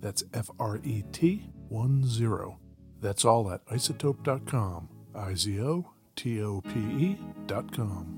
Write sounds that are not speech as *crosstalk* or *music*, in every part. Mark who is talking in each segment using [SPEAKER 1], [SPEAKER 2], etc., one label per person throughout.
[SPEAKER 1] That's F R E T 1 0. That's all at isotope.com. I Z O T O P E E.com.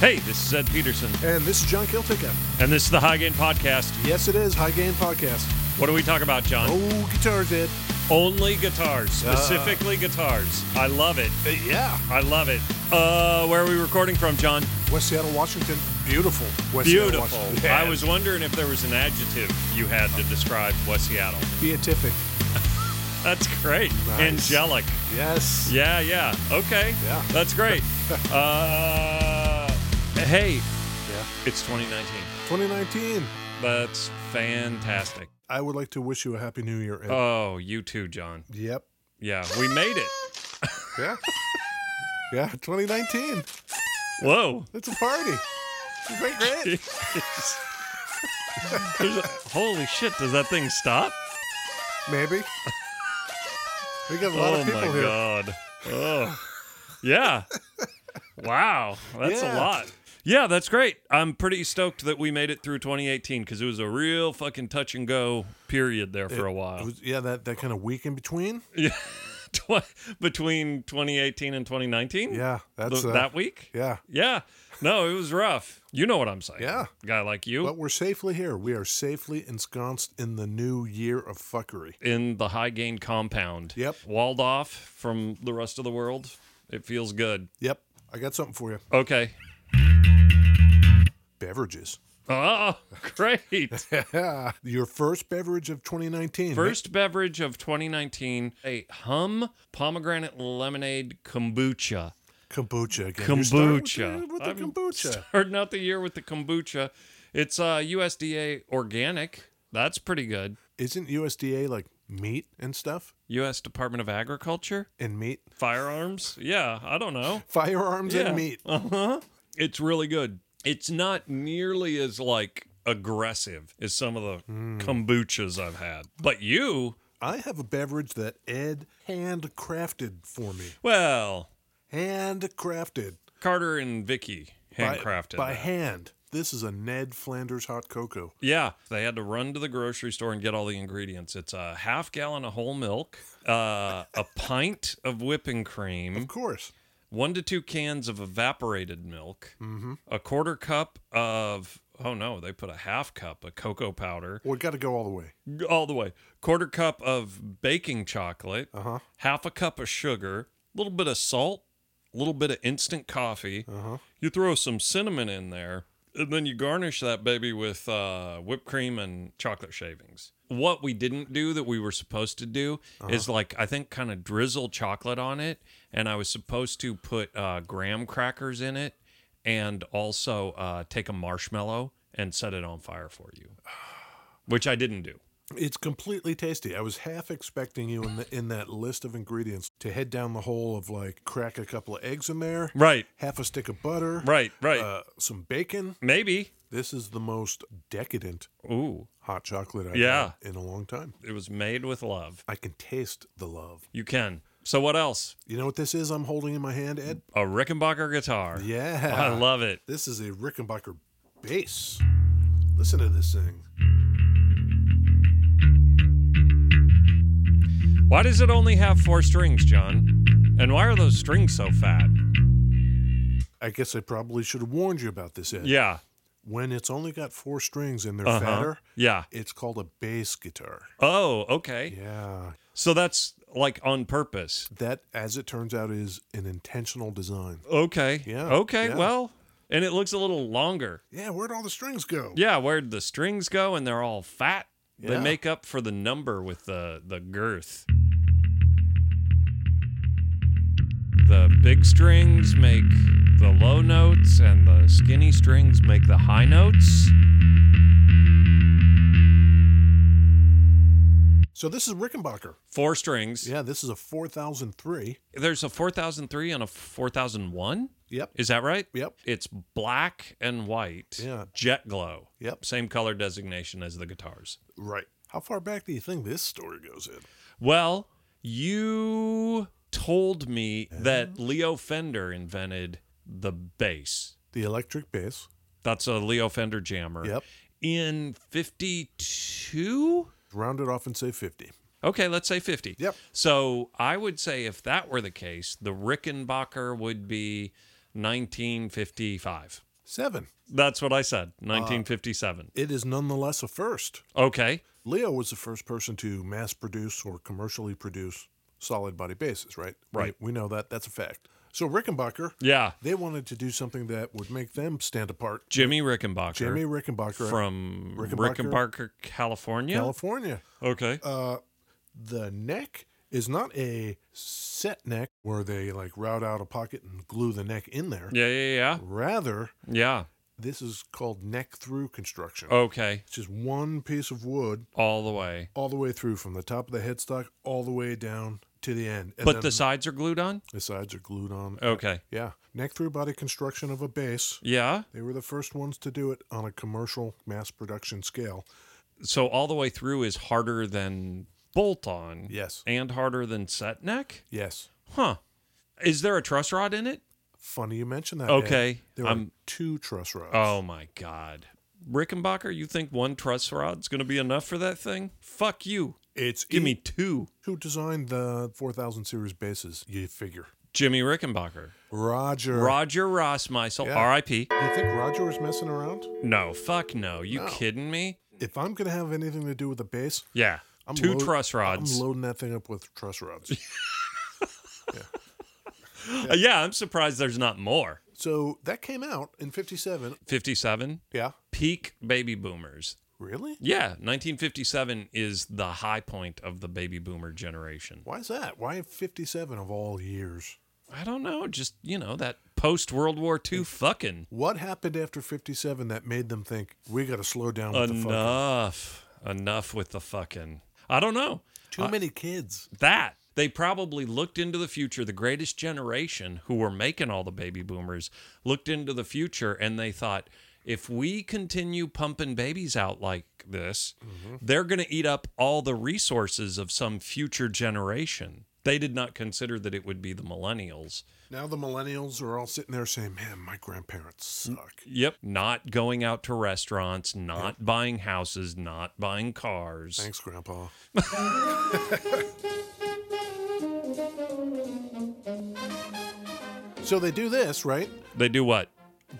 [SPEAKER 2] Hey, this is Ed Peterson,
[SPEAKER 1] And this is John Kiltica.
[SPEAKER 2] and this is the High Gain Podcast.
[SPEAKER 1] Yes, it is High Gain Podcast.
[SPEAKER 2] What do we talk about, John?
[SPEAKER 1] Oh, Ah. guitars, Ed.
[SPEAKER 2] Only guitars, specifically guitars. I love it.
[SPEAKER 1] Uh, yeah.
[SPEAKER 2] I love it. Uh, where are we recording from, John?
[SPEAKER 1] West Seattle, Washington. Beautiful. West
[SPEAKER 2] Beautiful.
[SPEAKER 1] Seattle, Washington.
[SPEAKER 2] I was wondering if there was an adjective you had to describe West Seattle.
[SPEAKER 1] beatific.
[SPEAKER 2] That's great.
[SPEAKER 1] Nice.
[SPEAKER 2] Angelic.
[SPEAKER 1] Yes.
[SPEAKER 2] Yeah, yeah. Okay.
[SPEAKER 1] Yeah.
[SPEAKER 2] That's
[SPEAKER 1] *laughs*
[SPEAKER 2] great. uh, hey,
[SPEAKER 1] Yeah.
[SPEAKER 2] it's 2019.
[SPEAKER 1] 2019.
[SPEAKER 2] That's fantastic.
[SPEAKER 1] I would like to wish you a happy new year. Ed.
[SPEAKER 2] Oh, you too, John.
[SPEAKER 1] yep.
[SPEAKER 2] Yeah, we made it.
[SPEAKER 1] Yeah. *laughs* yeah. 2019.
[SPEAKER 2] Whoa.
[SPEAKER 1] It's a
[SPEAKER 2] *laughs*
[SPEAKER 1] party. It's been great.
[SPEAKER 2] There's a- holy shit, does that thing stop?
[SPEAKER 1] Maybe. We got a lot
[SPEAKER 2] Oh
[SPEAKER 1] of people
[SPEAKER 2] my
[SPEAKER 1] here.
[SPEAKER 2] god. Oh. Yeah. Wow. That's
[SPEAKER 1] Yeah.
[SPEAKER 2] a lot. Yeah, that's great. I'm pretty stoked that we made it through 2018 because it was a real fucking touch and go period there for a
[SPEAKER 1] It
[SPEAKER 2] while.
[SPEAKER 1] was- yeah, that, that kind of week in between.
[SPEAKER 2] Yeah. *laughs* Tw- Between 2018 and 2019?
[SPEAKER 1] Yeah. That's
[SPEAKER 2] Th-
[SPEAKER 1] uh,
[SPEAKER 2] that week?
[SPEAKER 1] Yeah.
[SPEAKER 2] Yeah. No, it was rough. You know what I'm saying.
[SPEAKER 1] Yeah.
[SPEAKER 2] Guy like you
[SPEAKER 1] But we're safely here. We are safely ensconced in the new year of fuckery.
[SPEAKER 2] in the high gain compound.
[SPEAKER 1] Yep.
[SPEAKER 2] Walled off from the rest of the world. It feels good.
[SPEAKER 1] Yep. I got something for you.
[SPEAKER 2] Okay.
[SPEAKER 1] Beverages. Ah,
[SPEAKER 2] Oh, *laughs* great.
[SPEAKER 1] Your first beverage of 2019. right?
[SPEAKER 2] First beverage of 2019, a hum pomegranate lemonade kombucha.
[SPEAKER 1] kombucha again. You're starting with
[SPEAKER 2] Kombucha.
[SPEAKER 1] the- With the,
[SPEAKER 2] I'm
[SPEAKER 1] kombucha.
[SPEAKER 2] Starting out the year with the kombucha. It's uh, USDA organic. That's pretty good.
[SPEAKER 1] Isn't USDA like meat and stuff?
[SPEAKER 2] U.S. Department of Agriculture,
[SPEAKER 1] And meat?
[SPEAKER 2] firearms. Yeah, I don't know.
[SPEAKER 1] Firearms
[SPEAKER 2] Yeah.
[SPEAKER 1] and meat.
[SPEAKER 2] Uh huh. It's really good. It's not nearly as like aggressive as some of the kombuchas I've had. But you,
[SPEAKER 1] I have a beverage that Ed handcrafted for me.
[SPEAKER 2] well,
[SPEAKER 1] Handcrafted.
[SPEAKER 2] Carter and Vicky
[SPEAKER 1] By-
[SPEAKER 2] handcrafted.
[SPEAKER 1] By
[SPEAKER 2] that.
[SPEAKER 1] hand. This is a Ned Flanders hot cocoa.
[SPEAKER 2] yeah, they had to run to the grocery store and get all the ingredients. It's a half gallon of whole milk, uh, a pint of whipping cream,
[SPEAKER 1] Of course.
[SPEAKER 2] one to two cans of evaporated milk, a quarter cup of oh no, they put a half cup of cocoa powder,
[SPEAKER 1] We got to go all the way.
[SPEAKER 2] all the way, quarter cup of baking chocolate,
[SPEAKER 1] Uh-huh.
[SPEAKER 2] half a cup of sugar, a little bit of salt, a little bit of instant coffee.
[SPEAKER 1] Uh-huh.
[SPEAKER 2] You throw some cinnamon in there, and then you garnish that baby with uh, whipped cream and chocolate shavings. What we didn't do that we were supposed to do
[SPEAKER 1] Uh-huh.
[SPEAKER 2] is like I think kind of drizzle chocolate on it, and I was supposed to put uh, graham crackers in it, and also uh, take a marshmallow and set it on fire for you, which I didn't do.
[SPEAKER 1] It's completely tasty. I was half expecting you in the, in that list of ingredients to head down the hole of like crack a couple of eggs in there,
[SPEAKER 2] Right,
[SPEAKER 1] half a stick of butter,
[SPEAKER 2] right, right.
[SPEAKER 1] uh, some bacon.
[SPEAKER 2] Maybe.
[SPEAKER 1] This is the most decadent
[SPEAKER 2] Ooh,
[SPEAKER 1] hot chocolate I've
[SPEAKER 2] Yeah.
[SPEAKER 1] had in a long time.
[SPEAKER 2] it was made with love.
[SPEAKER 1] I can taste the love.
[SPEAKER 2] You can. So what else?
[SPEAKER 1] You know what this is? I'm holding in my hand, Ed.
[SPEAKER 2] A Rickenbacker guitar.
[SPEAKER 1] Yeah,
[SPEAKER 2] I love it.
[SPEAKER 1] This is a Rickenbacker bass. Listen to this thing.
[SPEAKER 2] Why does it only have four strings, John? And why are those strings so fat?
[SPEAKER 1] I guess I probably should have warned you about this, Ed.
[SPEAKER 2] Yeah.
[SPEAKER 1] When it's only got four strings and they're
[SPEAKER 2] Uh-huh.
[SPEAKER 1] fatter,
[SPEAKER 2] Yeah.
[SPEAKER 1] it's called a bass guitar.
[SPEAKER 2] Oh, okay.
[SPEAKER 1] Yeah.
[SPEAKER 2] So that's like on purpose.
[SPEAKER 1] That, as it turns out, is an intentional design.
[SPEAKER 2] Okay.
[SPEAKER 1] Yeah,
[SPEAKER 2] Okay.
[SPEAKER 1] yeah.
[SPEAKER 2] Well, and it looks a little longer.
[SPEAKER 1] Yeah, where'd all the strings go?
[SPEAKER 2] Yeah, where'd the strings go? And they're all fat. They
[SPEAKER 1] Yeah.
[SPEAKER 2] make up for the number with the the girth. The big strings make the low notes, and the skinny strings make the high notes.
[SPEAKER 1] So this is Rickenbacker.
[SPEAKER 2] Four strings.
[SPEAKER 1] Yeah, this is a 4003.
[SPEAKER 2] There's a 4003 and a 4001.
[SPEAKER 1] Yep.
[SPEAKER 2] Is that right?
[SPEAKER 1] Yep.
[SPEAKER 2] It's black and white.
[SPEAKER 1] Yeah.
[SPEAKER 2] Jet glow.
[SPEAKER 1] Yep.
[SPEAKER 2] Same color designation as the guitars.
[SPEAKER 1] Right. How far back do you think this story goes in?
[SPEAKER 2] Well, you told me
[SPEAKER 1] Oh.
[SPEAKER 2] that Leo Fender invented the bass.
[SPEAKER 1] The electric bass.
[SPEAKER 2] That's a Leo Fender jammer.
[SPEAKER 1] Yep.
[SPEAKER 2] In 52?
[SPEAKER 1] Round it off and say 50.
[SPEAKER 2] Okay, let's say 50.
[SPEAKER 1] Yep.
[SPEAKER 2] So I would say if that were the case, the Rickenbacker would be 1955.
[SPEAKER 1] Seven.
[SPEAKER 2] That's what I said,
[SPEAKER 1] Ah.
[SPEAKER 2] 1957.
[SPEAKER 1] It is nonetheless a first.
[SPEAKER 2] okay.
[SPEAKER 1] Leo was the first person to mass produce or commercially produce solid body bases, right? We-
[SPEAKER 2] Right.
[SPEAKER 1] We, know that. That's a fact. So Rickenbacker,
[SPEAKER 2] Yeah.
[SPEAKER 1] they wanted to do something that would make them stand apart.
[SPEAKER 2] Jimmy Rickenbacker
[SPEAKER 1] Jimmy Rickenbacker,
[SPEAKER 2] from Rickenbacker,
[SPEAKER 1] Rickenbacker-
[SPEAKER 2] California.
[SPEAKER 1] California.
[SPEAKER 2] okay.
[SPEAKER 1] Uh, the neck is not a set neck where they like route out a pocket and glue the neck in there.
[SPEAKER 2] yeah, yeah,
[SPEAKER 1] Rather,
[SPEAKER 2] yeah.
[SPEAKER 1] this is called neck through construction.
[SPEAKER 2] Yeah. Okay.
[SPEAKER 1] It's just one piece of wood
[SPEAKER 2] All the way.
[SPEAKER 1] all the way through from the top of the headstock all the way down to the end. And
[SPEAKER 2] But
[SPEAKER 1] then
[SPEAKER 2] the sides are glued on?
[SPEAKER 1] the sides are glued on.
[SPEAKER 2] Okay.
[SPEAKER 1] Yeah. Neck through body construction of a base.
[SPEAKER 2] Yeah.
[SPEAKER 1] They were the first ones to do it on a commercial mass production scale.
[SPEAKER 2] So all the way through is harder than bolt on
[SPEAKER 1] Yes.
[SPEAKER 2] and harder than set neck?
[SPEAKER 1] Yes.
[SPEAKER 2] Huh. Is there a truss rod in it?
[SPEAKER 1] Funny you mentioned that. Ed.
[SPEAKER 2] Okay.
[SPEAKER 1] There were
[SPEAKER 2] I'm-
[SPEAKER 1] two truss rods.
[SPEAKER 2] Oh my God. Rickenbacker, you think one truss rod's going to be enough for that thing? Fuck you.
[SPEAKER 1] It's
[SPEAKER 2] Give
[SPEAKER 1] E-
[SPEAKER 2] me two.
[SPEAKER 1] who designed the 4000 series bases. You figure.
[SPEAKER 2] Jimmy Rickenbacker.
[SPEAKER 1] Roger.
[SPEAKER 2] Roger Ross Meisel,
[SPEAKER 1] Yeah.
[SPEAKER 2] R.I.P.
[SPEAKER 1] you think Roger was messing around?
[SPEAKER 2] No, fuck no. You
[SPEAKER 1] No.
[SPEAKER 2] kidding me?
[SPEAKER 1] If I'm going to have anything to do with the base,
[SPEAKER 2] Yeah.
[SPEAKER 1] I'm
[SPEAKER 2] Two
[SPEAKER 1] load-
[SPEAKER 2] truss rods.
[SPEAKER 1] I'm loading that thing up with truss rods.
[SPEAKER 2] *laughs* Uh, *laughs* yeah, I'm surprised there's not more.
[SPEAKER 1] So that came out in 57.
[SPEAKER 2] 57,
[SPEAKER 1] Yeah.
[SPEAKER 2] peak baby boomers.
[SPEAKER 1] Really?
[SPEAKER 2] Yeah, 1957 is the high point of the baby boomer generation.
[SPEAKER 1] Why is that? Why 57 of all years?
[SPEAKER 2] I don't know, just, you know, that post World War II fucking.
[SPEAKER 1] What happened after 57 that made them think we got to slow down with the fucking?
[SPEAKER 2] Enough. Enough with the fucking. I don't know.
[SPEAKER 1] Too many kids.
[SPEAKER 2] that they probably looked into the future the greatest generation who were making all the baby boomers looked into the future and they thought if we continue pumping babies out like this they're going to eat up all the resources of some future generation they did not consider that it would be the millennials
[SPEAKER 1] Now the millennials are all sitting there saying, "Man, my grandparents suck."
[SPEAKER 2] yep not going out to restaurants not buying houses not buying cars
[SPEAKER 1] Thanks, Grandpa. *laughs* so they do this, right?
[SPEAKER 2] they do what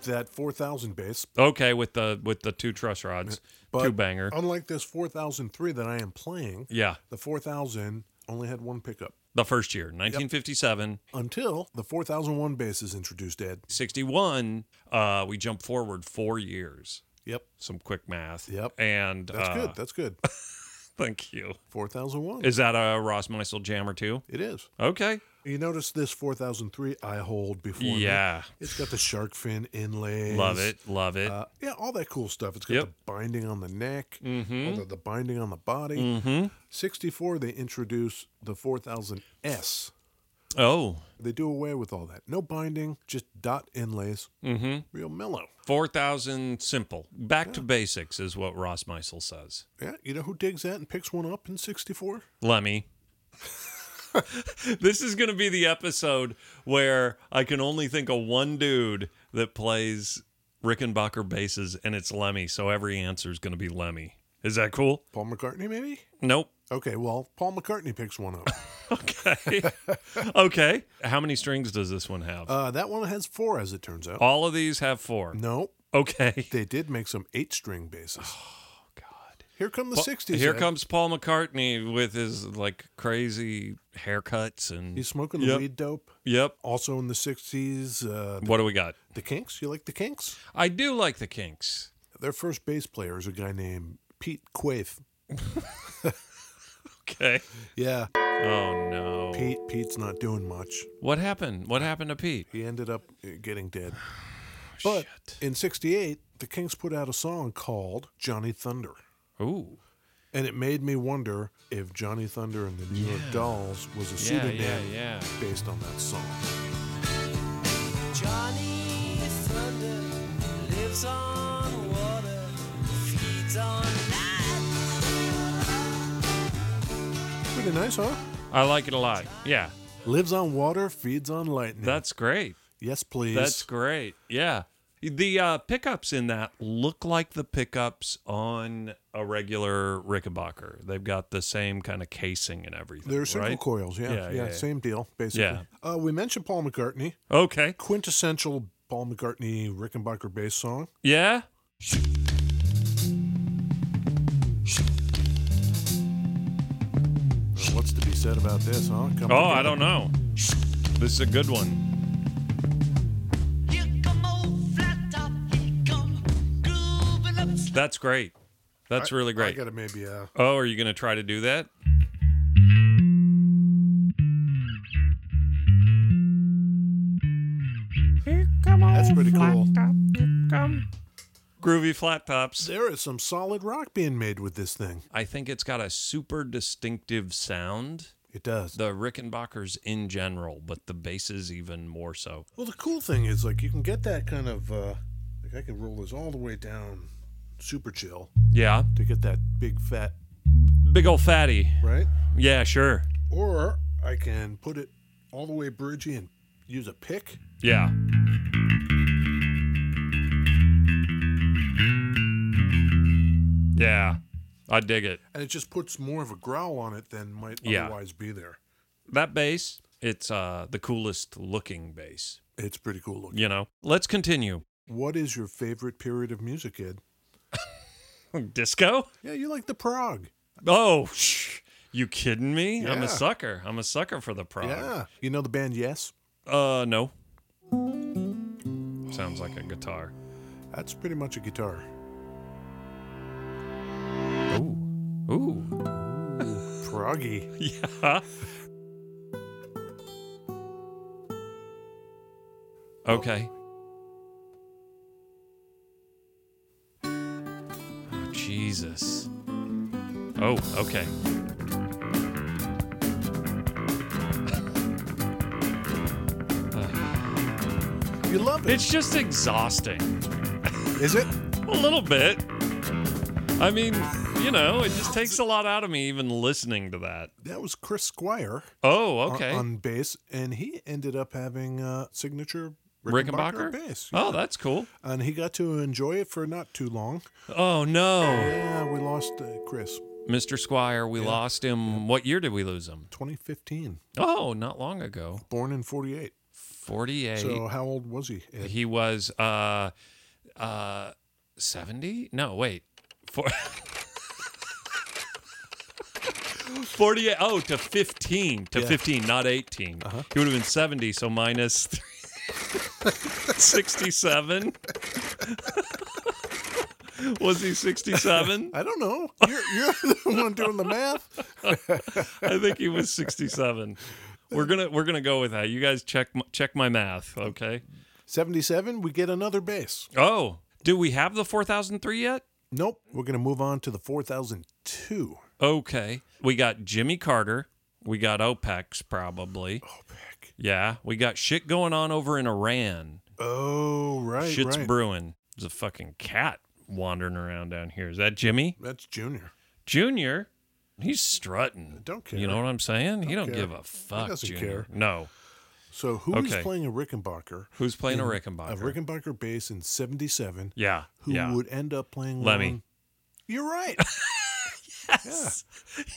[SPEAKER 1] That 4000 base.
[SPEAKER 2] okay with the with the two truss rods
[SPEAKER 1] But oh
[SPEAKER 2] two banger
[SPEAKER 1] Unlike this 4003 that I am playing,
[SPEAKER 2] yeah
[SPEAKER 1] the 4000 only had one pickup.
[SPEAKER 2] the first year 1957
[SPEAKER 1] until the 4001 base is introduced, Ed.
[SPEAKER 2] 61 uh we jump forward four years
[SPEAKER 1] Yep.
[SPEAKER 2] some quick math
[SPEAKER 1] Yep.
[SPEAKER 2] and
[SPEAKER 1] That's
[SPEAKER 2] uh,
[SPEAKER 1] good. That's good.
[SPEAKER 2] *laughs* thank you
[SPEAKER 1] 4001.
[SPEAKER 2] is that a ross meisel jammer too
[SPEAKER 1] It is.
[SPEAKER 2] okay
[SPEAKER 1] You notice this 4003 I hold before me?
[SPEAKER 2] Yeah.
[SPEAKER 1] It's got the shark fin inlays.
[SPEAKER 2] Love it. Love it.
[SPEAKER 1] Uh, yeah, all that cool stuff. It's got
[SPEAKER 2] Yep.
[SPEAKER 1] the binding on the neck,
[SPEAKER 2] mm-hmm.
[SPEAKER 1] the, the binding on the body.
[SPEAKER 2] Mm-hmm.
[SPEAKER 1] 64, they introduce the 4000S.
[SPEAKER 2] Oh.
[SPEAKER 1] They do away with all that. No binding, just dot inlays.
[SPEAKER 2] Mm-hmm.
[SPEAKER 1] Real mellow.
[SPEAKER 2] Four thousand simple. Back to basics is what Ross Meisel says.
[SPEAKER 1] Yeah, you know who digs that and picks one up in 64?
[SPEAKER 2] Lemmy. *laughs* this is going to be the episode where I can only think of one dude that plays Rickenbacker basses, and it's Lemmy. So every answer is going to be Lemmy. Is that cool?
[SPEAKER 1] Paul McCartney, maybe?
[SPEAKER 2] Nope. *laughs*
[SPEAKER 1] Okay, well, Paul McCartney picks one up.
[SPEAKER 2] Okay. *laughs* okay. How many strings does this one have?
[SPEAKER 1] uh, that one has four, as it turns out.
[SPEAKER 2] All of these have four.
[SPEAKER 1] No,
[SPEAKER 2] Okay.
[SPEAKER 1] they did make some eight string basses.
[SPEAKER 2] Oh, God.
[SPEAKER 1] Here come the 60s.
[SPEAKER 2] Here
[SPEAKER 1] Ed.
[SPEAKER 2] comes Paul McCartney with his like crazy haircuts and
[SPEAKER 1] He's smoking the
[SPEAKER 2] Yep.
[SPEAKER 1] weed dope.
[SPEAKER 2] yep.
[SPEAKER 1] Also in the 60s, uh,
[SPEAKER 2] What do we got?
[SPEAKER 1] the Kinks. You like the Kinks?
[SPEAKER 2] I do like the Kinks.
[SPEAKER 1] Their first bass player is a guy named Pete Quaife.
[SPEAKER 2] Okay.
[SPEAKER 1] Yeah,
[SPEAKER 2] Oh no.
[SPEAKER 1] Pete. Pete's not doing much.
[SPEAKER 2] What happened? What happened to Pete?
[SPEAKER 1] He ended up uh, getting dead.
[SPEAKER 2] *sighs*
[SPEAKER 1] But
[SPEAKER 2] Shit.
[SPEAKER 1] in '68, the Kinks put out a song called "Johnny Thunder,"
[SPEAKER 2] Ooh.
[SPEAKER 1] and it made me wonder if Johnny Thunder and the New York Dolls was a
[SPEAKER 2] Yeah,
[SPEAKER 1] pseudonym
[SPEAKER 2] yeah, yeah.
[SPEAKER 1] based on that song.
[SPEAKER 3] Johnny Thunder lives on water, feeds on land.
[SPEAKER 1] Pretty nice, huh?
[SPEAKER 2] I like it a lot. Yeah.
[SPEAKER 1] Lives on water, feeds on lightning.
[SPEAKER 2] That's great.
[SPEAKER 1] yes, please.
[SPEAKER 2] That's great. Yeah. The uh, pickups in that look like the pickups on a regular Rickenbacker. They've got the same kind of casing and everything.
[SPEAKER 1] They're single
[SPEAKER 2] right?
[SPEAKER 1] coils, yeah.
[SPEAKER 2] Yeah,
[SPEAKER 1] Yeah,
[SPEAKER 2] yeah, yeah.
[SPEAKER 1] same deal, basically.
[SPEAKER 2] Yeah.
[SPEAKER 1] Uh, we mentioned Paul McCartney,
[SPEAKER 2] Okay.
[SPEAKER 1] quintessential Paul McCartney Rickenbacker bass song.
[SPEAKER 2] Yeah.
[SPEAKER 1] Uh, What's to be said about this, huh? Come
[SPEAKER 2] Oh,
[SPEAKER 1] on,
[SPEAKER 2] I don't know. This is a good one.
[SPEAKER 3] Here come old flat top, here come grooving up.
[SPEAKER 2] That's great. That's really
[SPEAKER 1] I
[SPEAKER 2] great.
[SPEAKER 1] gotta maybe, uh,
[SPEAKER 2] Oh, are you going to try to do that?
[SPEAKER 1] that's pretty cool.
[SPEAKER 2] Groovy flat tops.
[SPEAKER 1] There is some solid rock being made with this thing.
[SPEAKER 2] I think it's got a super distinctive sound.
[SPEAKER 1] It does.
[SPEAKER 2] The Rickenbackers in general, but the basses even more so.
[SPEAKER 1] well, the cool thing is, like, you can get that kind of, uh, like, I can roll this all the way down super chill
[SPEAKER 2] Yeah.
[SPEAKER 1] to get that big fat,
[SPEAKER 2] Big old fatty.
[SPEAKER 1] right?
[SPEAKER 2] Yeah, sure.
[SPEAKER 1] Or I can put it all the way bridgy and use a pick.
[SPEAKER 2] Yeah. Yeah. I dig it.
[SPEAKER 1] and it just puts more of a growl on it than might
[SPEAKER 2] Yeah.
[SPEAKER 1] otherwise be there.
[SPEAKER 2] That bass, it's uh the coolest looking bass,
[SPEAKER 1] It's pretty cool looking.
[SPEAKER 2] you know. Let's continue. *laughs*
[SPEAKER 1] What is your favorite period of music, Ed?
[SPEAKER 2] Disco?
[SPEAKER 1] Yeah, you like the prog.
[SPEAKER 2] Oh, shh. You kidding me? I'm
[SPEAKER 1] Yeah.
[SPEAKER 2] a sucker. I'm a sucker for the prog.
[SPEAKER 1] Yeah. You know the band Yes?
[SPEAKER 2] Uh, no. Sounds like a guitar.
[SPEAKER 1] That's pretty much a guitar.
[SPEAKER 2] Ooh. Ooh. *laughs*
[SPEAKER 1] Proggy.
[SPEAKER 2] Yeah. Okay. Oh, Jesus. Oh, okay.
[SPEAKER 1] You love it.
[SPEAKER 2] It's just exhausting.
[SPEAKER 1] Is it?
[SPEAKER 2] A little bit. I mean, you know, it just takes a lot out of me even listening to that.
[SPEAKER 1] That was Chris Squire
[SPEAKER 2] Oh,
[SPEAKER 1] on-
[SPEAKER 2] okay.
[SPEAKER 1] on, bass, and he ended up having a signature
[SPEAKER 2] Rickenbacker?
[SPEAKER 1] bass.
[SPEAKER 2] Oh, that's cool.
[SPEAKER 1] And he got to enjoy it for not too long.
[SPEAKER 2] Oh no,
[SPEAKER 1] Yeah, we lost uh, Chris.
[SPEAKER 2] Mr. Squire, we lost him. What year did we lose him?
[SPEAKER 1] 2015,
[SPEAKER 2] Oh, not long ago.
[SPEAKER 1] born in 48.
[SPEAKER 2] 48.
[SPEAKER 1] So how old was he? Ed?
[SPEAKER 2] he was uh uh 70? No, wait. For *laughs* 48 oh to 15 to 15 not 18 he would have been 70 so minus three- *laughs* 67 *laughs* was he 67
[SPEAKER 1] I don't know. *laughs* You're, you're the one doing the math.
[SPEAKER 2] I think he was 67. We're gonna we're gonna go with that. You guys check m- check my math, okay?
[SPEAKER 1] 77, we get another bass.
[SPEAKER 2] Oh, do we have the four thousand three yet?
[SPEAKER 1] Nope. We're going to move on to the 4002.
[SPEAKER 2] Okay, we got Jimmy Carter. We got OPEX probably.
[SPEAKER 1] Oh, heck.
[SPEAKER 2] Yeah, we got shit going on over in Iran.
[SPEAKER 1] Oh, right.
[SPEAKER 2] Shit's
[SPEAKER 1] right.
[SPEAKER 2] brewing. There's a fucking cat wandering around down here. Is that Jimmy
[SPEAKER 1] That's Junior.
[SPEAKER 2] Junior? He's strutting.
[SPEAKER 1] Don't care.
[SPEAKER 2] You know what I'm saying? he don't
[SPEAKER 1] care.
[SPEAKER 2] give a fuck.
[SPEAKER 1] doesn't
[SPEAKER 2] Junior.
[SPEAKER 1] care.
[SPEAKER 2] No.
[SPEAKER 1] So who is
[SPEAKER 2] Okay.
[SPEAKER 1] playing a Rickenbacker?
[SPEAKER 2] Who's playing a
[SPEAKER 1] A
[SPEAKER 2] Rickenbacker?
[SPEAKER 1] Rickenbacker bass in 77
[SPEAKER 2] yeah.
[SPEAKER 1] who
[SPEAKER 2] *laughs* yeah.
[SPEAKER 1] would end up playing
[SPEAKER 2] Lemmy.
[SPEAKER 1] Lon- You're
[SPEAKER 2] *laughs*
[SPEAKER 1] right.
[SPEAKER 2] Yes.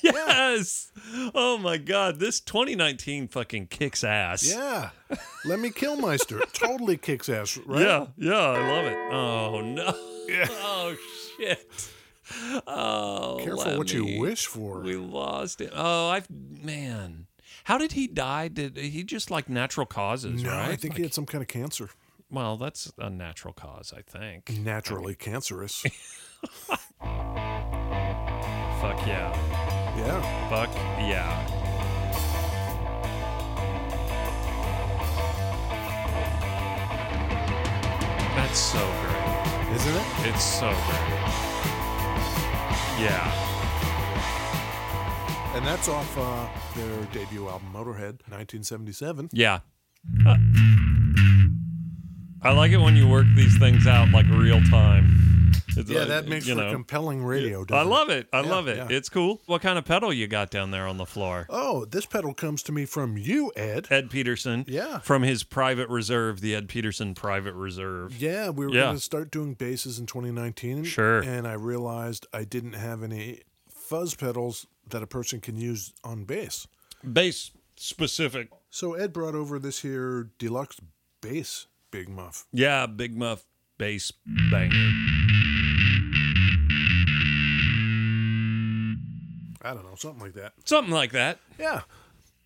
[SPEAKER 2] Yes. Oh my God. This 2019 fucking kicks ass.
[SPEAKER 1] Yeah. Lemmy Killmeister totally kicks ass, right?
[SPEAKER 2] Yeah. Yeah. I love it. Oh no. *laughs* Oh shit. Oh.
[SPEAKER 1] Careful what
[SPEAKER 2] Lemmy.
[SPEAKER 1] you wish for.
[SPEAKER 2] We lost it. Oh, I've man. How did he die? Did he just like natural causes?
[SPEAKER 1] no,
[SPEAKER 2] right?
[SPEAKER 1] I think
[SPEAKER 2] Like-
[SPEAKER 1] he had some kind of cancer.
[SPEAKER 2] well, that's a natural cause, I think.
[SPEAKER 1] Naturally cancerous.
[SPEAKER 2] Fuck yeah.
[SPEAKER 1] *laughs* yeah.
[SPEAKER 2] Fuck yeah. That's so great.
[SPEAKER 1] Isn't it?
[SPEAKER 2] It's so great. Yeah.
[SPEAKER 1] And that's off uh, their debut album, Motorhead, 1977.
[SPEAKER 2] Yeah. I like it when you work these things out like real time. It's
[SPEAKER 1] Yeah,
[SPEAKER 2] like,
[SPEAKER 1] that makes
[SPEAKER 2] you
[SPEAKER 1] for
[SPEAKER 2] know.
[SPEAKER 1] compelling radio.
[SPEAKER 2] I
[SPEAKER 1] doesn't it?
[SPEAKER 2] love it. I love it.
[SPEAKER 1] yeah.
[SPEAKER 2] It's cool. What kind of pedal you got down there on the floor?
[SPEAKER 1] Oh, this pedal comes to me from you, Ed.
[SPEAKER 2] Ed Peterson.
[SPEAKER 1] Yeah.
[SPEAKER 2] From his private reserve, the Ed Peterson private reserve.
[SPEAKER 1] Yeah, we were
[SPEAKER 2] Yeah.
[SPEAKER 1] going to start doing basses in 2019.
[SPEAKER 2] Sure.
[SPEAKER 1] And I realized I didn't have any fuzz pedals that a person can use on bass.
[SPEAKER 2] Bass specific.
[SPEAKER 1] So Ed brought over this here deluxe bass Big Muff.
[SPEAKER 2] Yeah, Big Muff bass banger.
[SPEAKER 1] I don't know, something like that.
[SPEAKER 2] Something like that.
[SPEAKER 1] Yeah.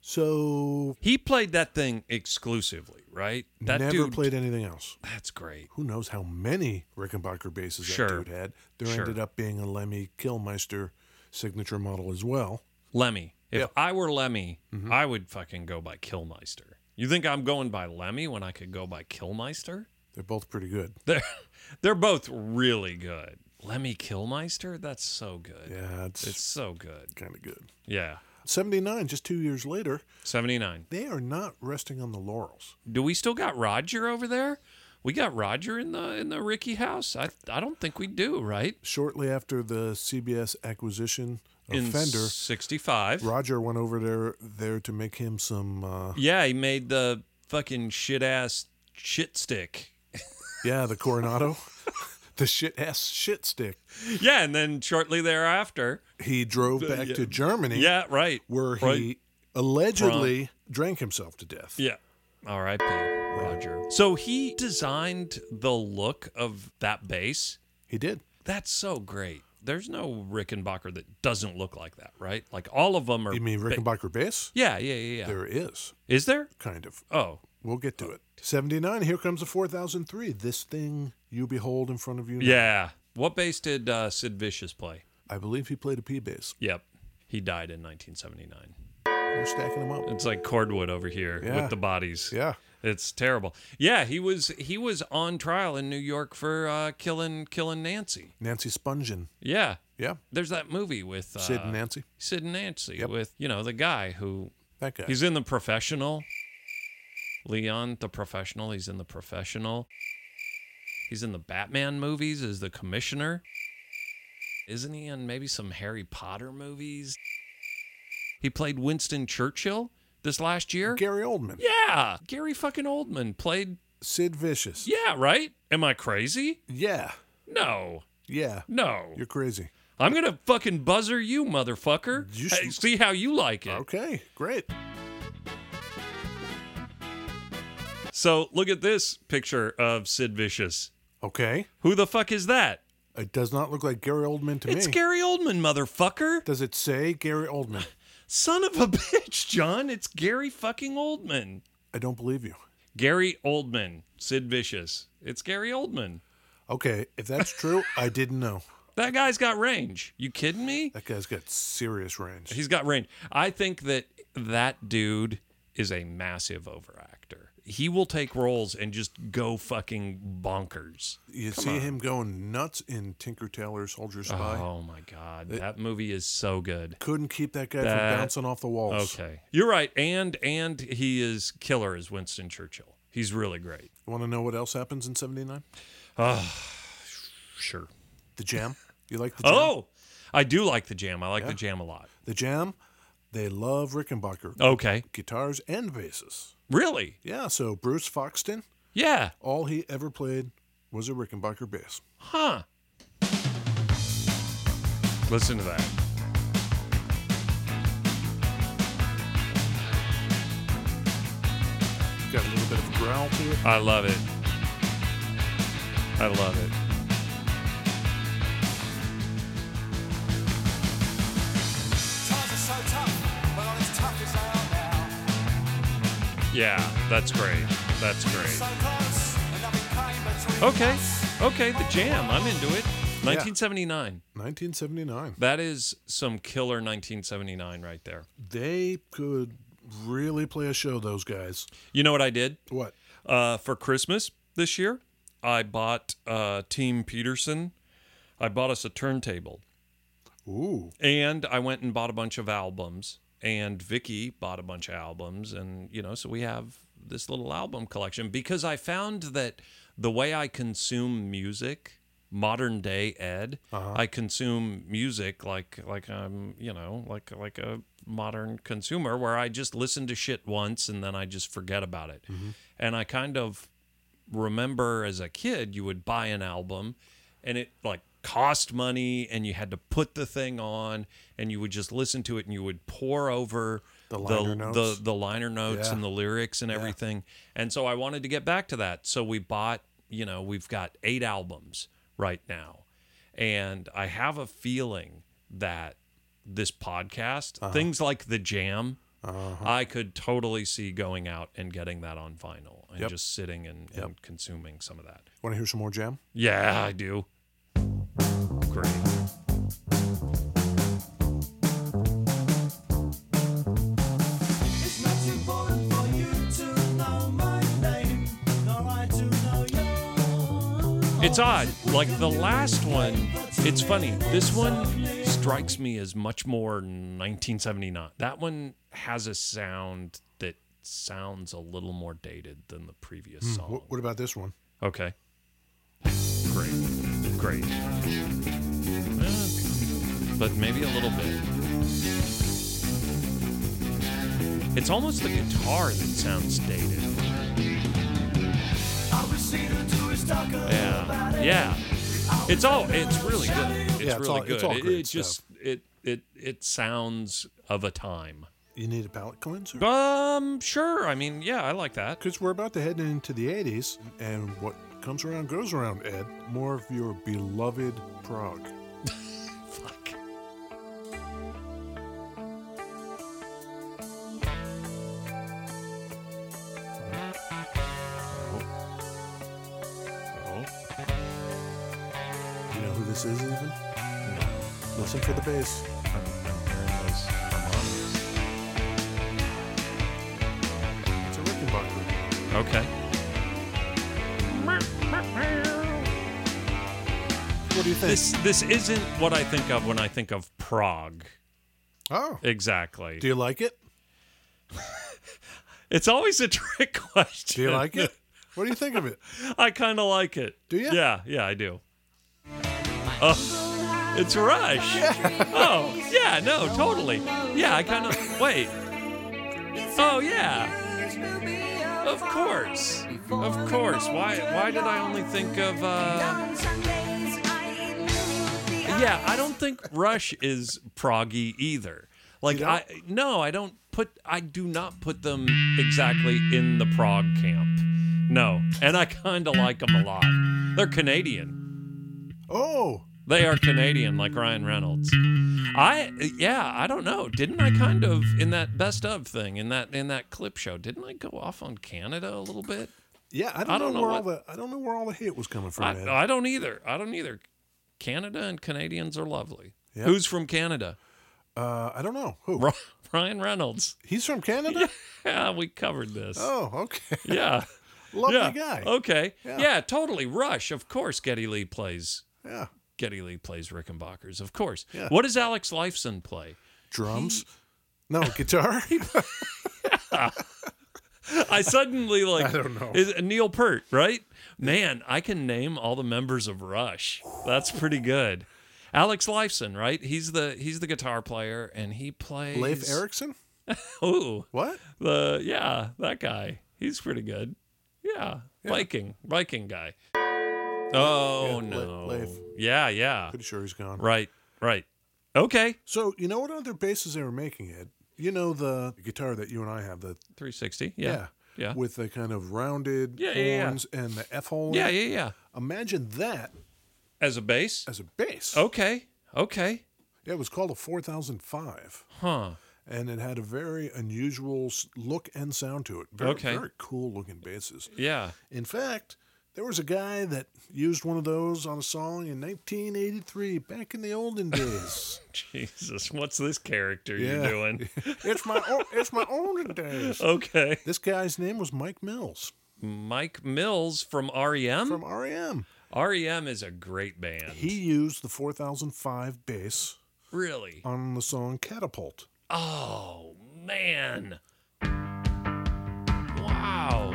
[SPEAKER 1] So
[SPEAKER 2] He played that thing exclusively, right? That
[SPEAKER 1] never
[SPEAKER 2] dude
[SPEAKER 1] played anything else.
[SPEAKER 2] That's great.
[SPEAKER 1] Who knows how many Rickenbacker basses
[SPEAKER 2] Sure.
[SPEAKER 1] that dude had? There
[SPEAKER 2] Sure.
[SPEAKER 1] ended up being a Lemmy Killmeister signature model as well.
[SPEAKER 2] Lemmy. If
[SPEAKER 1] Yeah. Mm-hmm.
[SPEAKER 2] I were Lemmy, I would fucking go by Killmeister. You think I'm going by Lemmy when I could go by Killmeister? *laughs*
[SPEAKER 1] They're both pretty good.
[SPEAKER 2] They're they're both really good. Lemmy Killmeister, that's so good.
[SPEAKER 1] Yeah, it's,
[SPEAKER 2] It's so good.
[SPEAKER 1] kind of good.
[SPEAKER 2] Yeah.
[SPEAKER 1] 79, just two years later,
[SPEAKER 2] 79.
[SPEAKER 1] they are not resting on the laurels.
[SPEAKER 2] Do we still got Roger over there? We got Roger in the in the Ricky house? I I don't think we do, right?
[SPEAKER 1] Shortly after the CBS acquisition of
[SPEAKER 2] In
[SPEAKER 1] Fender,
[SPEAKER 2] 65.
[SPEAKER 1] Roger went over there there to make him some uh,
[SPEAKER 2] Yeah, he made the fucking shit ass shit stick.
[SPEAKER 1] yeah, the Coronado, *laughs* the shit ass shit stick.
[SPEAKER 2] Yeah, and then shortly thereafter,
[SPEAKER 1] He drove back to Germany
[SPEAKER 2] yeah, right.
[SPEAKER 1] where he
[SPEAKER 2] Right.
[SPEAKER 1] allegedly drank himself to death.
[SPEAKER 2] Yeah. R.I.P. Roger. So he designed the look of that bass.
[SPEAKER 1] He did.
[SPEAKER 2] That's so great. There's no Rickenbacker that doesn't look like that, right? Like all of them are.
[SPEAKER 1] You mean Rickenbacker bass?
[SPEAKER 2] yeah, yeah, yeah. yeah.
[SPEAKER 1] There is,
[SPEAKER 2] Is there?
[SPEAKER 1] kind of.
[SPEAKER 2] Oh,
[SPEAKER 1] We'll get to it. 79, here comes the 4003. This thing you behold in front of you. now.
[SPEAKER 2] yeah. What bass did uh, Sid Vicious play?
[SPEAKER 1] I believe he played a P bass.
[SPEAKER 2] Yep. He died in 1979.
[SPEAKER 1] We're stacking them up.
[SPEAKER 2] It's like cordwood over here
[SPEAKER 1] Yeah.
[SPEAKER 2] with the bodies.
[SPEAKER 1] Yeah.
[SPEAKER 2] It's terrible. Yeah, he was he was on trial in New York for uh, killing killing Nancy.
[SPEAKER 1] Nancy Spungen.
[SPEAKER 2] Yeah.
[SPEAKER 1] Yeah.
[SPEAKER 2] There's that movie with uh,
[SPEAKER 1] Sid and Nancy.
[SPEAKER 2] Sid and Nancy with, you know, the guy who
[SPEAKER 1] That guy.
[SPEAKER 2] he's in the professional. Leon, the professional, he's in the professional. He's in the Batman movies as the commissioner. Isn't he in maybe some Harry Potter movies? He played Winston Churchill this last year.
[SPEAKER 1] Gary Oldman.
[SPEAKER 2] yeah, Gary fucking Oldman played.
[SPEAKER 1] Sid Vicious.
[SPEAKER 2] Yeah, right? Am I crazy?
[SPEAKER 1] Yeah.
[SPEAKER 2] No,
[SPEAKER 1] Yeah.
[SPEAKER 2] no.
[SPEAKER 1] You're crazy.
[SPEAKER 2] I'm gonna fucking buzzer you, motherfucker.
[SPEAKER 1] You
[SPEAKER 2] Hey,
[SPEAKER 1] should-
[SPEAKER 2] see how you like it.
[SPEAKER 1] Okay. Great.
[SPEAKER 2] So look at this picture of Sid Vicious.
[SPEAKER 1] Okay.
[SPEAKER 2] Who the fuck is that?
[SPEAKER 1] It does not look like Gary Oldman to
[SPEAKER 2] It's
[SPEAKER 1] me.
[SPEAKER 2] Gary Oldman, motherfucker.
[SPEAKER 1] does it say Gary Oldman?
[SPEAKER 2] Son of a *laughs* bitch, John. It's Gary fucking Oldman.
[SPEAKER 1] I don't believe you.
[SPEAKER 2] Gary Oldman, Sid Vicious. It's Gary Oldman.
[SPEAKER 1] Okay. If that's true, I didn't know.
[SPEAKER 2] That guy's got range. You kidding me?
[SPEAKER 1] That guy's got serious range.
[SPEAKER 2] He's got range. I think that that dude is a massive overactor. He will take roles and just go fucking bonkers.
[SPEAKER 1] You see him going nuts in Tinker Tailor Soldier Spy.
[SPEAKER 2] Oh my god, that movie is so good.
[SPEAKER 1] Couldn't keep that guy
[SPEAKER 2] That-
[SPEAKER 1] from bouncing off the walls.
[SPEAKER 2] Okay, you're right, and and he is killer as Winston Churchill. He's really great.
[SPEAKER 1] Want to know what else happens in 79?
[SPEAKER 2] Sure.
[SPEAKER 1] The Jam. You like the Jam?
[SPEAKER 2] Oh, I do like the Jam. I like the Jam a lot.
[SPEAKER 1] The Jam, they love Rickenbacker.
[SPEAKER 2] Okay,
[SPEAKER 1] Guitars and basses.
[SPEAKER 2] really?
[SPEAKER 1] Yeah, so Bruce Foxton,
[SPEAKER 2] Yeah.
[SPEAKER 1] all he ever played was a Rickenbacker bass.
[SPEAKER 2] Huh. Listen to that.
[SPEAKER 1] Got a little bit of growl to it.
[SPEAKER 2] I love it. I love it.
[SPEAKER 4] Times are so tough, well, as tough as they are now.
[SPEAKER 2] Yeah, that's great. That's great.
[SPEAKER 4] So close, and nothing came between
[SPEAKER 2] Okay.
[SPEAKER 4] us.
[SPEAKER 2] Okay, the jam. I'm into it. 1979.
[SPEAKER 1] 1979.
[SPEAKER 2] That is some killer 1979 right there.
[SPEAKER 1] They could really play a show, those guys.
[SPEAKER 2] You know what I did?
[SPEAKER 1] What?
[SPEAKER 2] Uh, for Christmas this year, I bought uh, Team Peterson. I bought us a turntable.
[SPEAKER 1] Ooh.
[SPEAKER 2] And I went and bought a bunch of albums. And Vicky bought a bunch of albums. And, you know, so we have this little album collection because I found that the way I consume music, modern day Ed, I consume music like, like I'm, you know, like, like a modern consumer where I just listen to shit once and then I just forget about it. And I kind of remember as a kid you would buy an album and it like cost money and you had to put the thing on and you would just listen to it and you would pour over
[SPEAKER 1] The liner notes.
[SPEAKER 2] the, the liner notes
[SPEAKER 1] Yeah.
[SPEAKER 2] and the lyrics and everything and so i wanted to get back to that so we bought you know we've got eight albums right now and i have a feeling that this podcast
[SPEAKER 1] Uh-huh.
[SPEAKER 2] things like the jam I could totally see going out and getting that on vinyl and
[SPEAKER 1] Yep.
[SPEAKER 2] just sitting and, and consuming some of that.
[SPEAKER 1] Want to hear some more Jam?
[SPEAKER 2] Yeah, I do. Great.
[SPEAKER 4] It's not too important for you to know my name, nor I to know yours.
[SPEAKER 2] It's odd. Like the last one, it's funny. This one strikes me as much more 1979. That one has a sound that sounds a little more dated than the previous song.
[SPEAKER 1] What, what about this one?
[SPEAKER 2] Okay. Great. Great. Uh, But maybe a little bit. It's almost the guitar that sounds dated.
[SPEAKER 4] All we see to do is talk about
[SPEAKER 2] Yeah.
[SPEAKER 4] it.
[SPEAKER 2] Yeah. It's all it's really good. It's
[SPEAKER 1] Yeah, it's
[SPEAKER 2] really
[SPEAKER 1] all-
[SPEAKER 2] good.
[SPEAKER 1] it's all
[SPEAKER 2] It-
[SPEAKER 1] great
[SPEAKER 2] it, just it it it sounds of a time.
[SPEAKER 1] You need a palate cleanser?
[SPEAKER 2] Um sure. I mean, yeah, I like that.
[SPEAKER 1] Because we're about to head into the 80s, and what comes around goes around, Ed. More of your beloved Prague.
[SPEAKER 2] *laughs* Fuck. Oh.
[SPEAKER 1] You know who this is, even? Listen for the bass. It's a Rickenbacker.
[SPEAKER 2] Okay.
[SPEAKER 1] What do you think?
[SPEAKER 2] This this isn't what I think of when I think of Prague.
[SPEAKER 1] oh.
[SPEAKER 2] Exactly.
[SPEAKER 1] Do you like it?
[SPEAKER 2] It's always a *laughs* trick question.
[SPEAKER 1] Do you like it? What do you think of
[SPEAKER 2] *laughs*
[SPEAKER 1] it?
[SPEAKER 2] I kind of like it.
[SPEAKER 1] Do ya?
[SPEAKER 2] Yeah, yeah, I do. Oh, it's Rush. Oh, yeah, no, totally. Yeah, I kind of. Wait. Oh yeah. Of course. Of course. Why why did I only think of uh Yeah, I don't think Rush is proggy either. Like
[SPEAKER 1] You don't?
[SPEAKER 2] I no, I don't put I do not put them exactly in the prog camp. No, and I kind of like them a lot. They're Canadian.
[SPEAKER 1] Oh,
[SPEAKER 2] They are Canadian, like Ryan Reynolds. I yeah, I don't know. Didn't I kind of in that best of thing in that in that clip show? Didn't I go off on Canada a little bit?
[SPEAKER 1] yeah. I don't,
[SPEAKER 2] I don't
[SPEAKER 1] know,
[SPEAKER 2] know
[SPEAKER 1] where all the I don't know where all the hate was coming from, Ed.
[SPEAKER 2] I, uh, I don't either. I don't either. Canada and Canadians are lovely.
[SPEAKER 1] Yeah.
[SPEAKER 2] Who's from Canada?
[SPEAKER 1] Uh, I don't know who.
[SPEAKER 2] Ro- *laughs* Ryan Reynolds.
[SPEAKER 1] He's from Canada.
[SPEAKER 2] Yeah, we covered this.
[SPEAKER 1] Oh, okay. *laughs*
[SPEAKER 2] Yeah.
[SPEAKER 1] Lovely
[SPEAKER 2] yeah. Oh,
[SPEAKER 1] guy.
[SPEAKER 2] Okay.
[SPEAKER 1] Yeah.
[SPEAKER 2] Yeah. totally. Rush, of course. Getty Lee plays
[SPEAKER 1] Yeah.
[SPEAKER 2] Getty Lee plays Rickenbackers, of course.
[SPEAKER 1] Yeah.
[SPEAKER 2] What does Alex Lifeson play?
[SPEAKER 1] Drums. No
[SPEAKER 2] *laughs*
[SPEAKER 1] guitar. *laughs*
[SPEAKER 2] I suddenly
[SPEAKER 1] *laughs*
[SPEAKER 2] like
[SPEAKER 1] I don't know.
[SPEAKER 2] Is Neil Peart, right? Man, I can name all the members of Rush. That's pretty good. Alex Lifeson, right? He's the he's the guitar player and he plays
[SPEAKER 1] Leif
[SPEAKER 2] *laughs*
[SPEAKER 1] Erikson.
[SPEAKER 2] Oh,
[SPEAKER 1] What?
[SPEAKER 2] the yeah, that guy. He's pretty good. Yeah, Viking, Viking guy. Oh
[SPEAKER 1] Yeah, Le-
[SPEAKER 2] no.
[SPEAKER 1] Leif.
[SPEAKER 2] Yeah, yeah.
[SPEAKER 1] Pretty sure he's gone.
[SPEAKER 2] Right, right. Okay.
[SPEAKER 1] So you know what other basses they were making it? You know the guitar that you and I have. The
[SPEAKER 2] 360.
[SPEAKER 1] yeah.
[SPEAKER 2] Yeah. Yeah. Yeah.
[SPEAKER 1] With the kind of rounded
[SPEAKER 2] Yeah, yeah, yeah.
[SPEAKER 1] horns and the F hole. in
[SPEAKER 2] yeah,
[SPEAKER 1] it.
[SPEAKER 2] yeah, yeah.
[SPEAKER 1] Imagine that
[SPEAKER 2] As a bass?
[SPEAKER 1] as a bass.
[SPEAKER 2] Okay. Okay.
[SPEAKER 1] Yeah, it was called a 4005,
[SPEAKER 2] Huh.
[SPEAKER 1] and it had a very unusual s- look and sound to it. Very,
[SPEAKER 2] Okay.
[SPEAKER 1] very cool looking basses.
[SPEAKER 2] Yeah.
[SPEAKER 1] In fact, there was a guy that used one of those on a song in 1983, back in the olden days.
[SPEAKER 2] *laughs* Jesus, what's this character
[SPEAKER 1] Yeah.
[SPEAKER 2] you're
[SPEAKER 1] *laughs*
[SPEAKER 2] doing?
[SPEAKER 1] it's my o- it's my olden days.
[SPEAKER 2] Okay.
[SPEAKER 1] This guy's name was Mike Mills
[SPEAKER 2] Mike Mills from E REM.
[SPEAKER 1] from REM.
[SPEAKER 2] REM E is a great band.
[SPEAKER 1] He used the 4005 bass
[SPEAKER 2] really?
[SPEAKER 1] on the song Catapult.
[SPEAKER 2] Oh, man. Wow.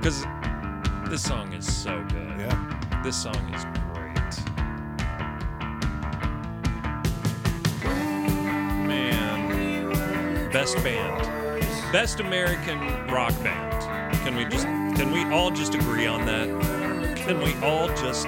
[SPEAKER 2] Because this song is so good.
[SPEAKER 1] Yeah.
[SPEAKER 2] This song is great. Man. Best band. Best American rock band. Can we just can we all just agree on that? Can we all just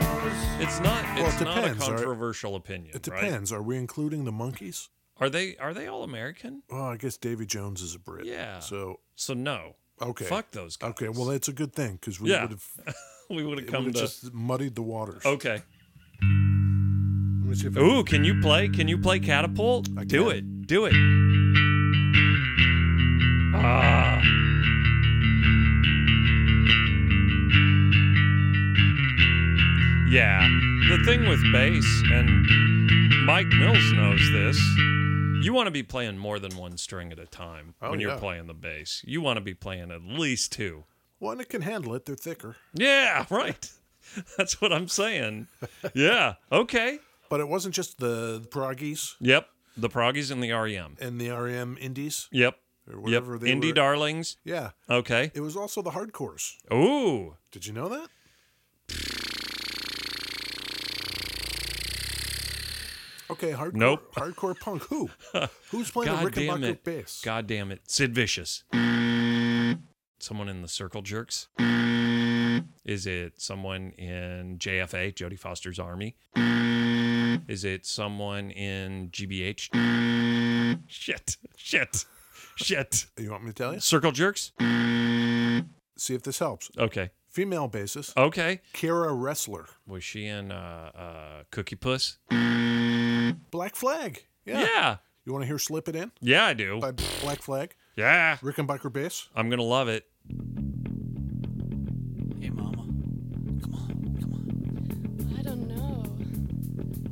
[SPEAKER 2] it's not
[SPEAKER 1] Well,
[SPEAKER 2] it's
[SPEAKER 1] it
[SPEAKER 2] not a
[SPEAKER 1] depends, right?
[SPEAKER 2] controversial opinion.
[SPEAKER 1] It
[SPEAKER 2] right?
[SPEAKER 1] depends. Are we including the monkeys?
[SPEAKER 2] Are they are they all American?
[SPEAKER 1] Well, I guess Davy Jones is a Brit.
[SPEAKER 2] Yeah.
[SPEAKER 1] So,
[SPEAKER 2] So no.
[SPEAKER 1] okay.
[SPEAKER 2] Fuck those guys.
[SPEAKER 1] Okay, well, that's a good thing because we
[SPEAKER 2] Yeah.
[SPEAKER 1] would have
[SPEAKER 2] *laughs* we would have come to
[SPEAKER 1] just muddied the waters.
[SPEAKER 2] Okay.
[SPEAKER 1] Let me see if I-
[SPEAKER 2] Ooh, can you play? Can you play catapult?
[SPEAKER 1] I
[SPEAKER 2] Do
[SPEAKER 1] can.
[SPEAKER 2] it. Do it. Ah. Yeah. The thing with bass and Mike Mills knows this. You want to be playing more than one string at a time
[SPEAKER 1] Oh,
[SPEAKER 2] when you're
[SPEAKER 1] yeah.
[SPEAKER 2] playing the bass. You want to be playing at least two.
[SPEAKER 1] One that can handle it. They're thicker.
[SPEAKER 2] Yeah, *laughs* right. That's what
[SPEAKER 1] *laughs*
[SPEAKER 2] I'm saying. Yeah. Okay.
[SPEAKER 1] But it wasn't just the proggies
[SPEAKER 2] Yep. The Proggies and the E REM.
[SPEAKER 1] and the REM indies
[SPEAKER 2] Yep.
[SPEAKER 1] or whatever
[SPEAKER 2] yep.
[SPEAKER 1] they
[SPEAKER 2] Indie
[SPEAKER 1] were.
[SPEAKER 2] Darlings.
[SPEAKER 1] yeah.
[SPEAKER 2] Okay.
[SPEAKER 1] It was also the hardcores.
[SPEAKER 2] Ooh.
[SPEAKER 1] Did you know that? Okay, hardcore,
[SPEAKER 2] Nope. *laughs*
[SPEAKER 1] hardcore punk. Who? Who's playing
[SPEAKER 2] God
[SPEAKER 1] the
[SPEAKER 2] damn
[SPEAKER 1] Rickenbacker
[SPEAKER 2] it.
[SPEAKER 1] bass?
[SPEAKER 2] God damn it. Sid Vicious. Someone in the Circle Jerks. Is it someone in JFA, Jodie Foster's Army? Is it someone in GBH? Shit. Shit. Shit.
[SPEAKER 1] You want me to tell you?
[SPEAKER 2] Circle Jerks?
[SPEAKER 1] See if this helps.
[SPEAKER 2] Okay.
[SPEAKER 1] Female bassist,
[SPEAKER 2] Okay.
[SPEAKER 1] Kara Wrestler.
[SPEAKER 2] Was she in uh, uh, Cookie Puss?
[SPEAKER 1] Black Flag. Yeah.
[SPEAKER 2] Yeah.
[SPEAKER 1] You want to hear Slip It In
[SPEAKER 2] Yeah, I do.
[SPEAKER 1] by Black Flag?
[SPEAKER 2] Yeah.
[SPEAKER 1] Rickenbacker bass?
[SPEAKER 2] I'm going to love it.
[SPEAKER 4] Hey, mama. Come on, come on,
[SPEAKER 5] I don't know.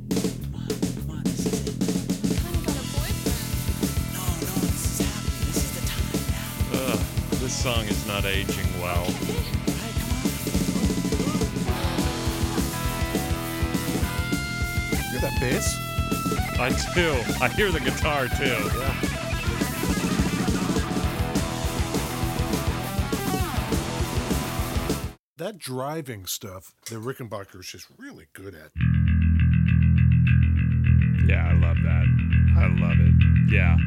[SPEAKER 4] come on, come on. This is it.
[SPEAKER 5] I kind of got a boyfriend.
[SPEAKER 4] No, no, this is happening. This is the time now.
[SPEAKER 2] Ugh, this song is not aging well.
[SPEAKER 4] Right, come on.
[SPEAKER 1] Hear that bass?
[SPEAKER 2] I do. I hear the guitar too.
[SPEAKER 1] That driving stuff, the Rickenbacker's just really good at.
[SPEAKER 2] Yeah, I love that. I love it. Yeah.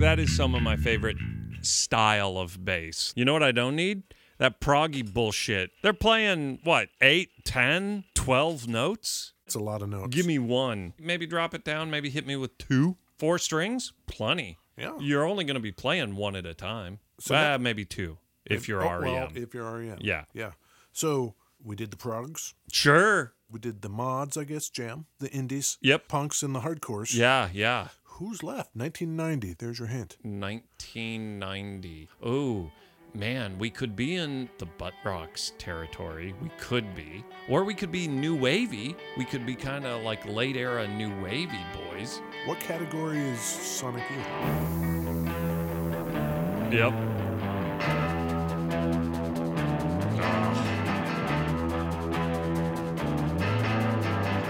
[SPEAKER 2] That is some of my favorite style of bass. You know what I don't need? That proggy bullshit. They're playing, what, 8, 10, 12 notes?
[SPEAKER 1] It's a lot of notes.
[SPEAKER 2] Give me one. Maybe drop it down, maybe hit me with two. Four strings? Plenty.
[SPEAKER 1] Yeah.
[SPEAKER 2] You're only going to be playing one at a time.
[SPEAKER 1] So
[SPEAKER 2] So
[SPEAKER 1] that-
[SPEAKER 2] maybe two if you're E
[SPEAKER 1] Oh,
[SPEAKER 2] REM.
[SPEAKER 1] Well, if you're REM.
[SPEAKER 2] Yeah.
[SPEAKER 1] Yeah. So we did the progs.
[SPEAKER 2] Sure.
[SPEAKER 1] We did the mods, I guess, jam, the indies,
[SPEAKER 2] Yep.
[SPEAKER 1] punks, and the hardcores.
[SPEAKER 2] Yeah, yeah.
[SPEAKER 1] Who's left? 1990. There's your hint.
[SPEAKER 2] 1990. Oh, man, we could be in the butt rocks territory. We could be. Or we could be new wavy. We could be kind of like late era new wavy boys.
[SPEAKER 1] What category is Sonic E? in?
[SPEAKER 2] Yep.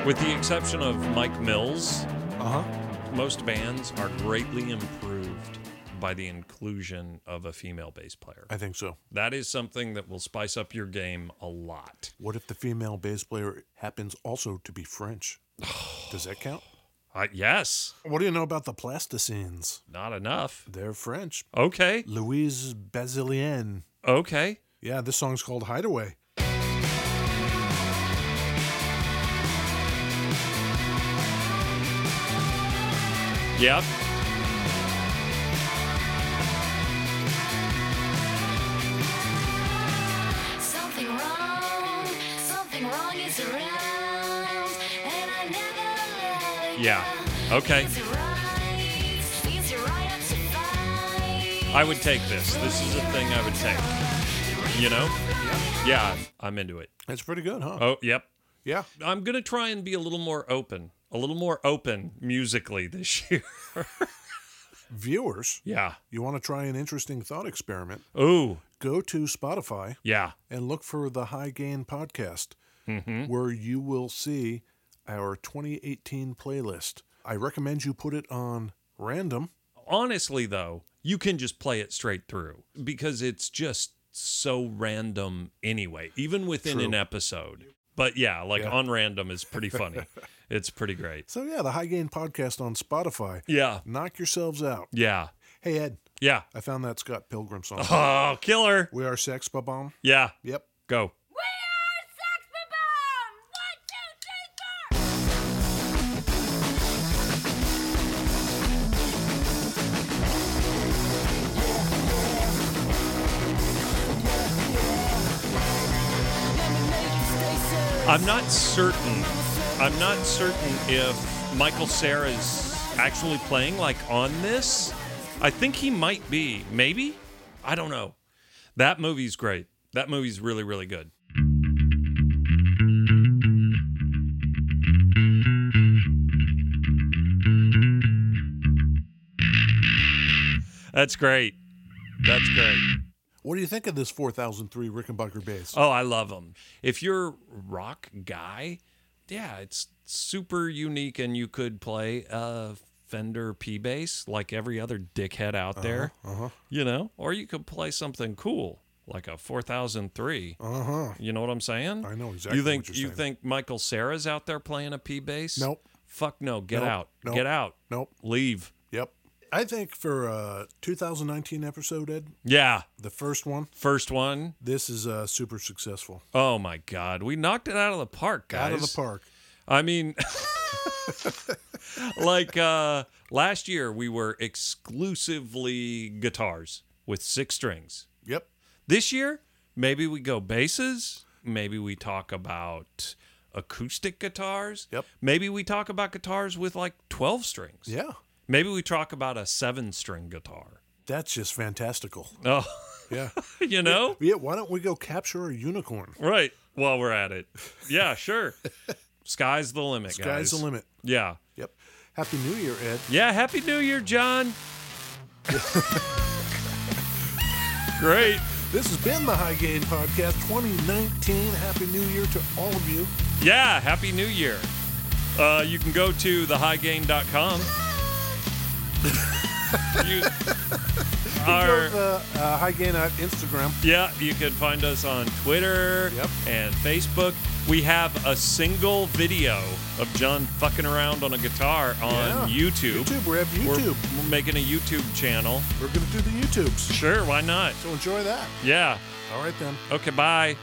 [SPEAKER 2] With the exception of Mike Mills,
[SPEAKER 1] Uh
[SPEAKER 2] Uh-huh.
[SPEAKER 1] huh.
[SPEAKER 2] most bands are greatly improved by the inclusion of a female bass player.
[SPEAKER 1] I think so.
[SPEAKER 2] That is something that will spice up your game a lot.
[SPEAKER 1] What if the female bass player happens also to be
[SPEAKER 2] *sighs*
[SPEAKER 1] French? Does that count?
[SPEAKER 2] Uh, yes,
[SPEAKER 1] What do you know about the plasticines?
[SPEAKER 2] not enough.
[SPEAKER 1] They're French.
[SPEAKER 2] Okay,
[SPEAKER 1] Louise Bazilienne.
[SPEAKER 2] okay.
[SPEAKER 1] Yeah, this song's called Hideaway.
[SPEAKER 2] Yep.
[SPEAKER 6] Something wrong, something wrong is around, and I never let it
[SPEAKER 2] Yeah. Okay.
[SPEAKER 6] Is it right? Is it right up to fight?
[SPEAKER 2] I would take this. This is a thing I would take. You know? Yeah, I'm into it.
[SPEAKER 1] That's pretty good, huh?
[SPEAKER 2] Oh, yep.
[SPEAKER 1] yeah.
[SPEAKER 2] I'm going to try and be a little more open, a little more open musically this *laughs* year.
[SPEAKER 1] Viewers,
[SPEAKER 2] yeah.
[SPEAKER 1] you want to try an interesting thought experiment?
[SPEAKER 2] Ooh,
[SPEAKER 1] Go to Spotify
[SPEAKER 2] yeah.
[SPEAKER 1] and look for the High Gain Podcast, where you will see our 2018 playlist. I recommend you put it on random.
[SPEAKER 2] honestly though you can just play it straight through because it's just so random anyway even within an episode but yeah like on random is pretty funny it's pretty great
[SPEAKER 1] So, yeah, the High Gain Podcast on Spotify.
[SPEAKER 2] yeah
[SPEAKER 1] Knock yourselves out.
[SPEAKER 2] yeah
[SPEAKER 1] Hey, Ed,
[SPEAKER 2] yeah
[SPEAKER 1] I found that Scott Pilgrim song.
[SPEAKER 2] oh killer
[SPEAKER 1] We Are Sex Ba Bomb.
[SPEAKER 2] yeah
[SPEAKER 1] Yep.
[SPEAKER 2] go i'm not certain i'm not certain if michael sarah's actually playing like on this i think he might be maybe i don't know that movie's great that movie's really really good That's great. That's great.
[SPEAKER 1] What do you think of this 4003 Rickenbacker bass?
[SPEAKER 2] Oh, I love them. If you're a rock guy, yeah, it's super unique and you could play a Fender P bass like every other dickhead out
[SPEAKER 1] Uh-huh,
[SPEAKER 2] there. You know, or you could play something cool like a 4003.
[SPEAKER 1] Uh huh.
[SPEAKER 2] You know what I'm saying?
[SPEAKER 1] I know exactly
[SPEAKER 2] You think
[SPEAKER 1] what you're
[SPEAKER 2] you
[SPEAKER 1] saying.
[SPEAKER 2] think Michael Sarah's out there playing a P bass?
[SPEAKER 1] Nope.
[SPEAKER 2] Fuck no. Get
[SPEAKER 1] Nope.
[SPEAKER 2] out.
[SPEAKER 1] Nope.
[SPEAKER 2] Get out.
[SPEAKER 1] Nope.
[SPEAKER 2] Leave.
[SPEAKER 1] Yep. I think for uh, a 2019 episode, Ed,
[SPEAKER 2] Yeah.
[SPEAKER 1] the first one,
[SPEAKER 2] First one.
[SPEAKER 1] this is uh, super successful.
[SPEAKER 2] Oh my God. We knocked it out of the park, guys.
[SPEAKER 1] Out of the park.
[SPEAKER 2] I mean, *laughs* like uh, last year, we were exclusively guitars with six strings.
[SPEAKER 1] Yep.
[SPEAKER 2] This year, maybe we go basses. Maybe we talk about acoustic guitars.
[SPEAKER 1] Yep.
[SPEAKER 2] Maybe we talk about guitars with like 12 strings.
[SPEAKER 1] Yeah.
[SPEAKER 2] Maybe we talk about a seven string guitar. *laughs*
[SPEAKER 1] That's just fantastical.
[SPEAKER 2] Oh,
[SPEAKER 1] Yeah. *laughs*
[SPEAKER 2] you know?
[SPEAKER 1] yeah. Why don't we go capture a unicorn?
[SPEAKER 2] Right. While we're at it. Yeah, sure. Sky's the limit, guys.
[SPEAKER 1] Sky's the limit.
[SPEAKER 2] Yeah.
[SPEAKER 1] Yep. Happy New Year, Ed.
[SPEAKER 2] Yeah, happy new year, John. Great.
[SPEAKER 1] This has been the High Gain Podcast 2019. Happy New Year to all of you.
[SPEAKER 2] Yeah, happy new year. Uh, you can go to thehighgain.com. you
[SPEAKER 1] Go
[SPEAKER 2] are,
[SPEAKER 1] to the uh, High Gain at Instagram.
[SPEAKER 2] yeah, you can find us on Twitter
[SPEAKER 1] Yep.
[SPEAKER 2] and Facebook. We have a single video of John fucking around on a guitar on
[SPEAKER 1] Yeah.
[SPEAKER 2] YouTube.
[SPEAKER 1] YouTube. We have
[SPEAKER 2] We're,
[SPEAKER 1] YouTube.
[SPEAKER 2] we're making a YouTube channel.
[SPEAKER 1] We're, going to do the YouTubes.
[SPEAKER 2] Sure, why not?
[SPEAKER 1] So enjoy that.
[SPEAKER 2] Yeah.
[SPEAKER 1] All right, then.
[SPEAKER 2] Okay, bye.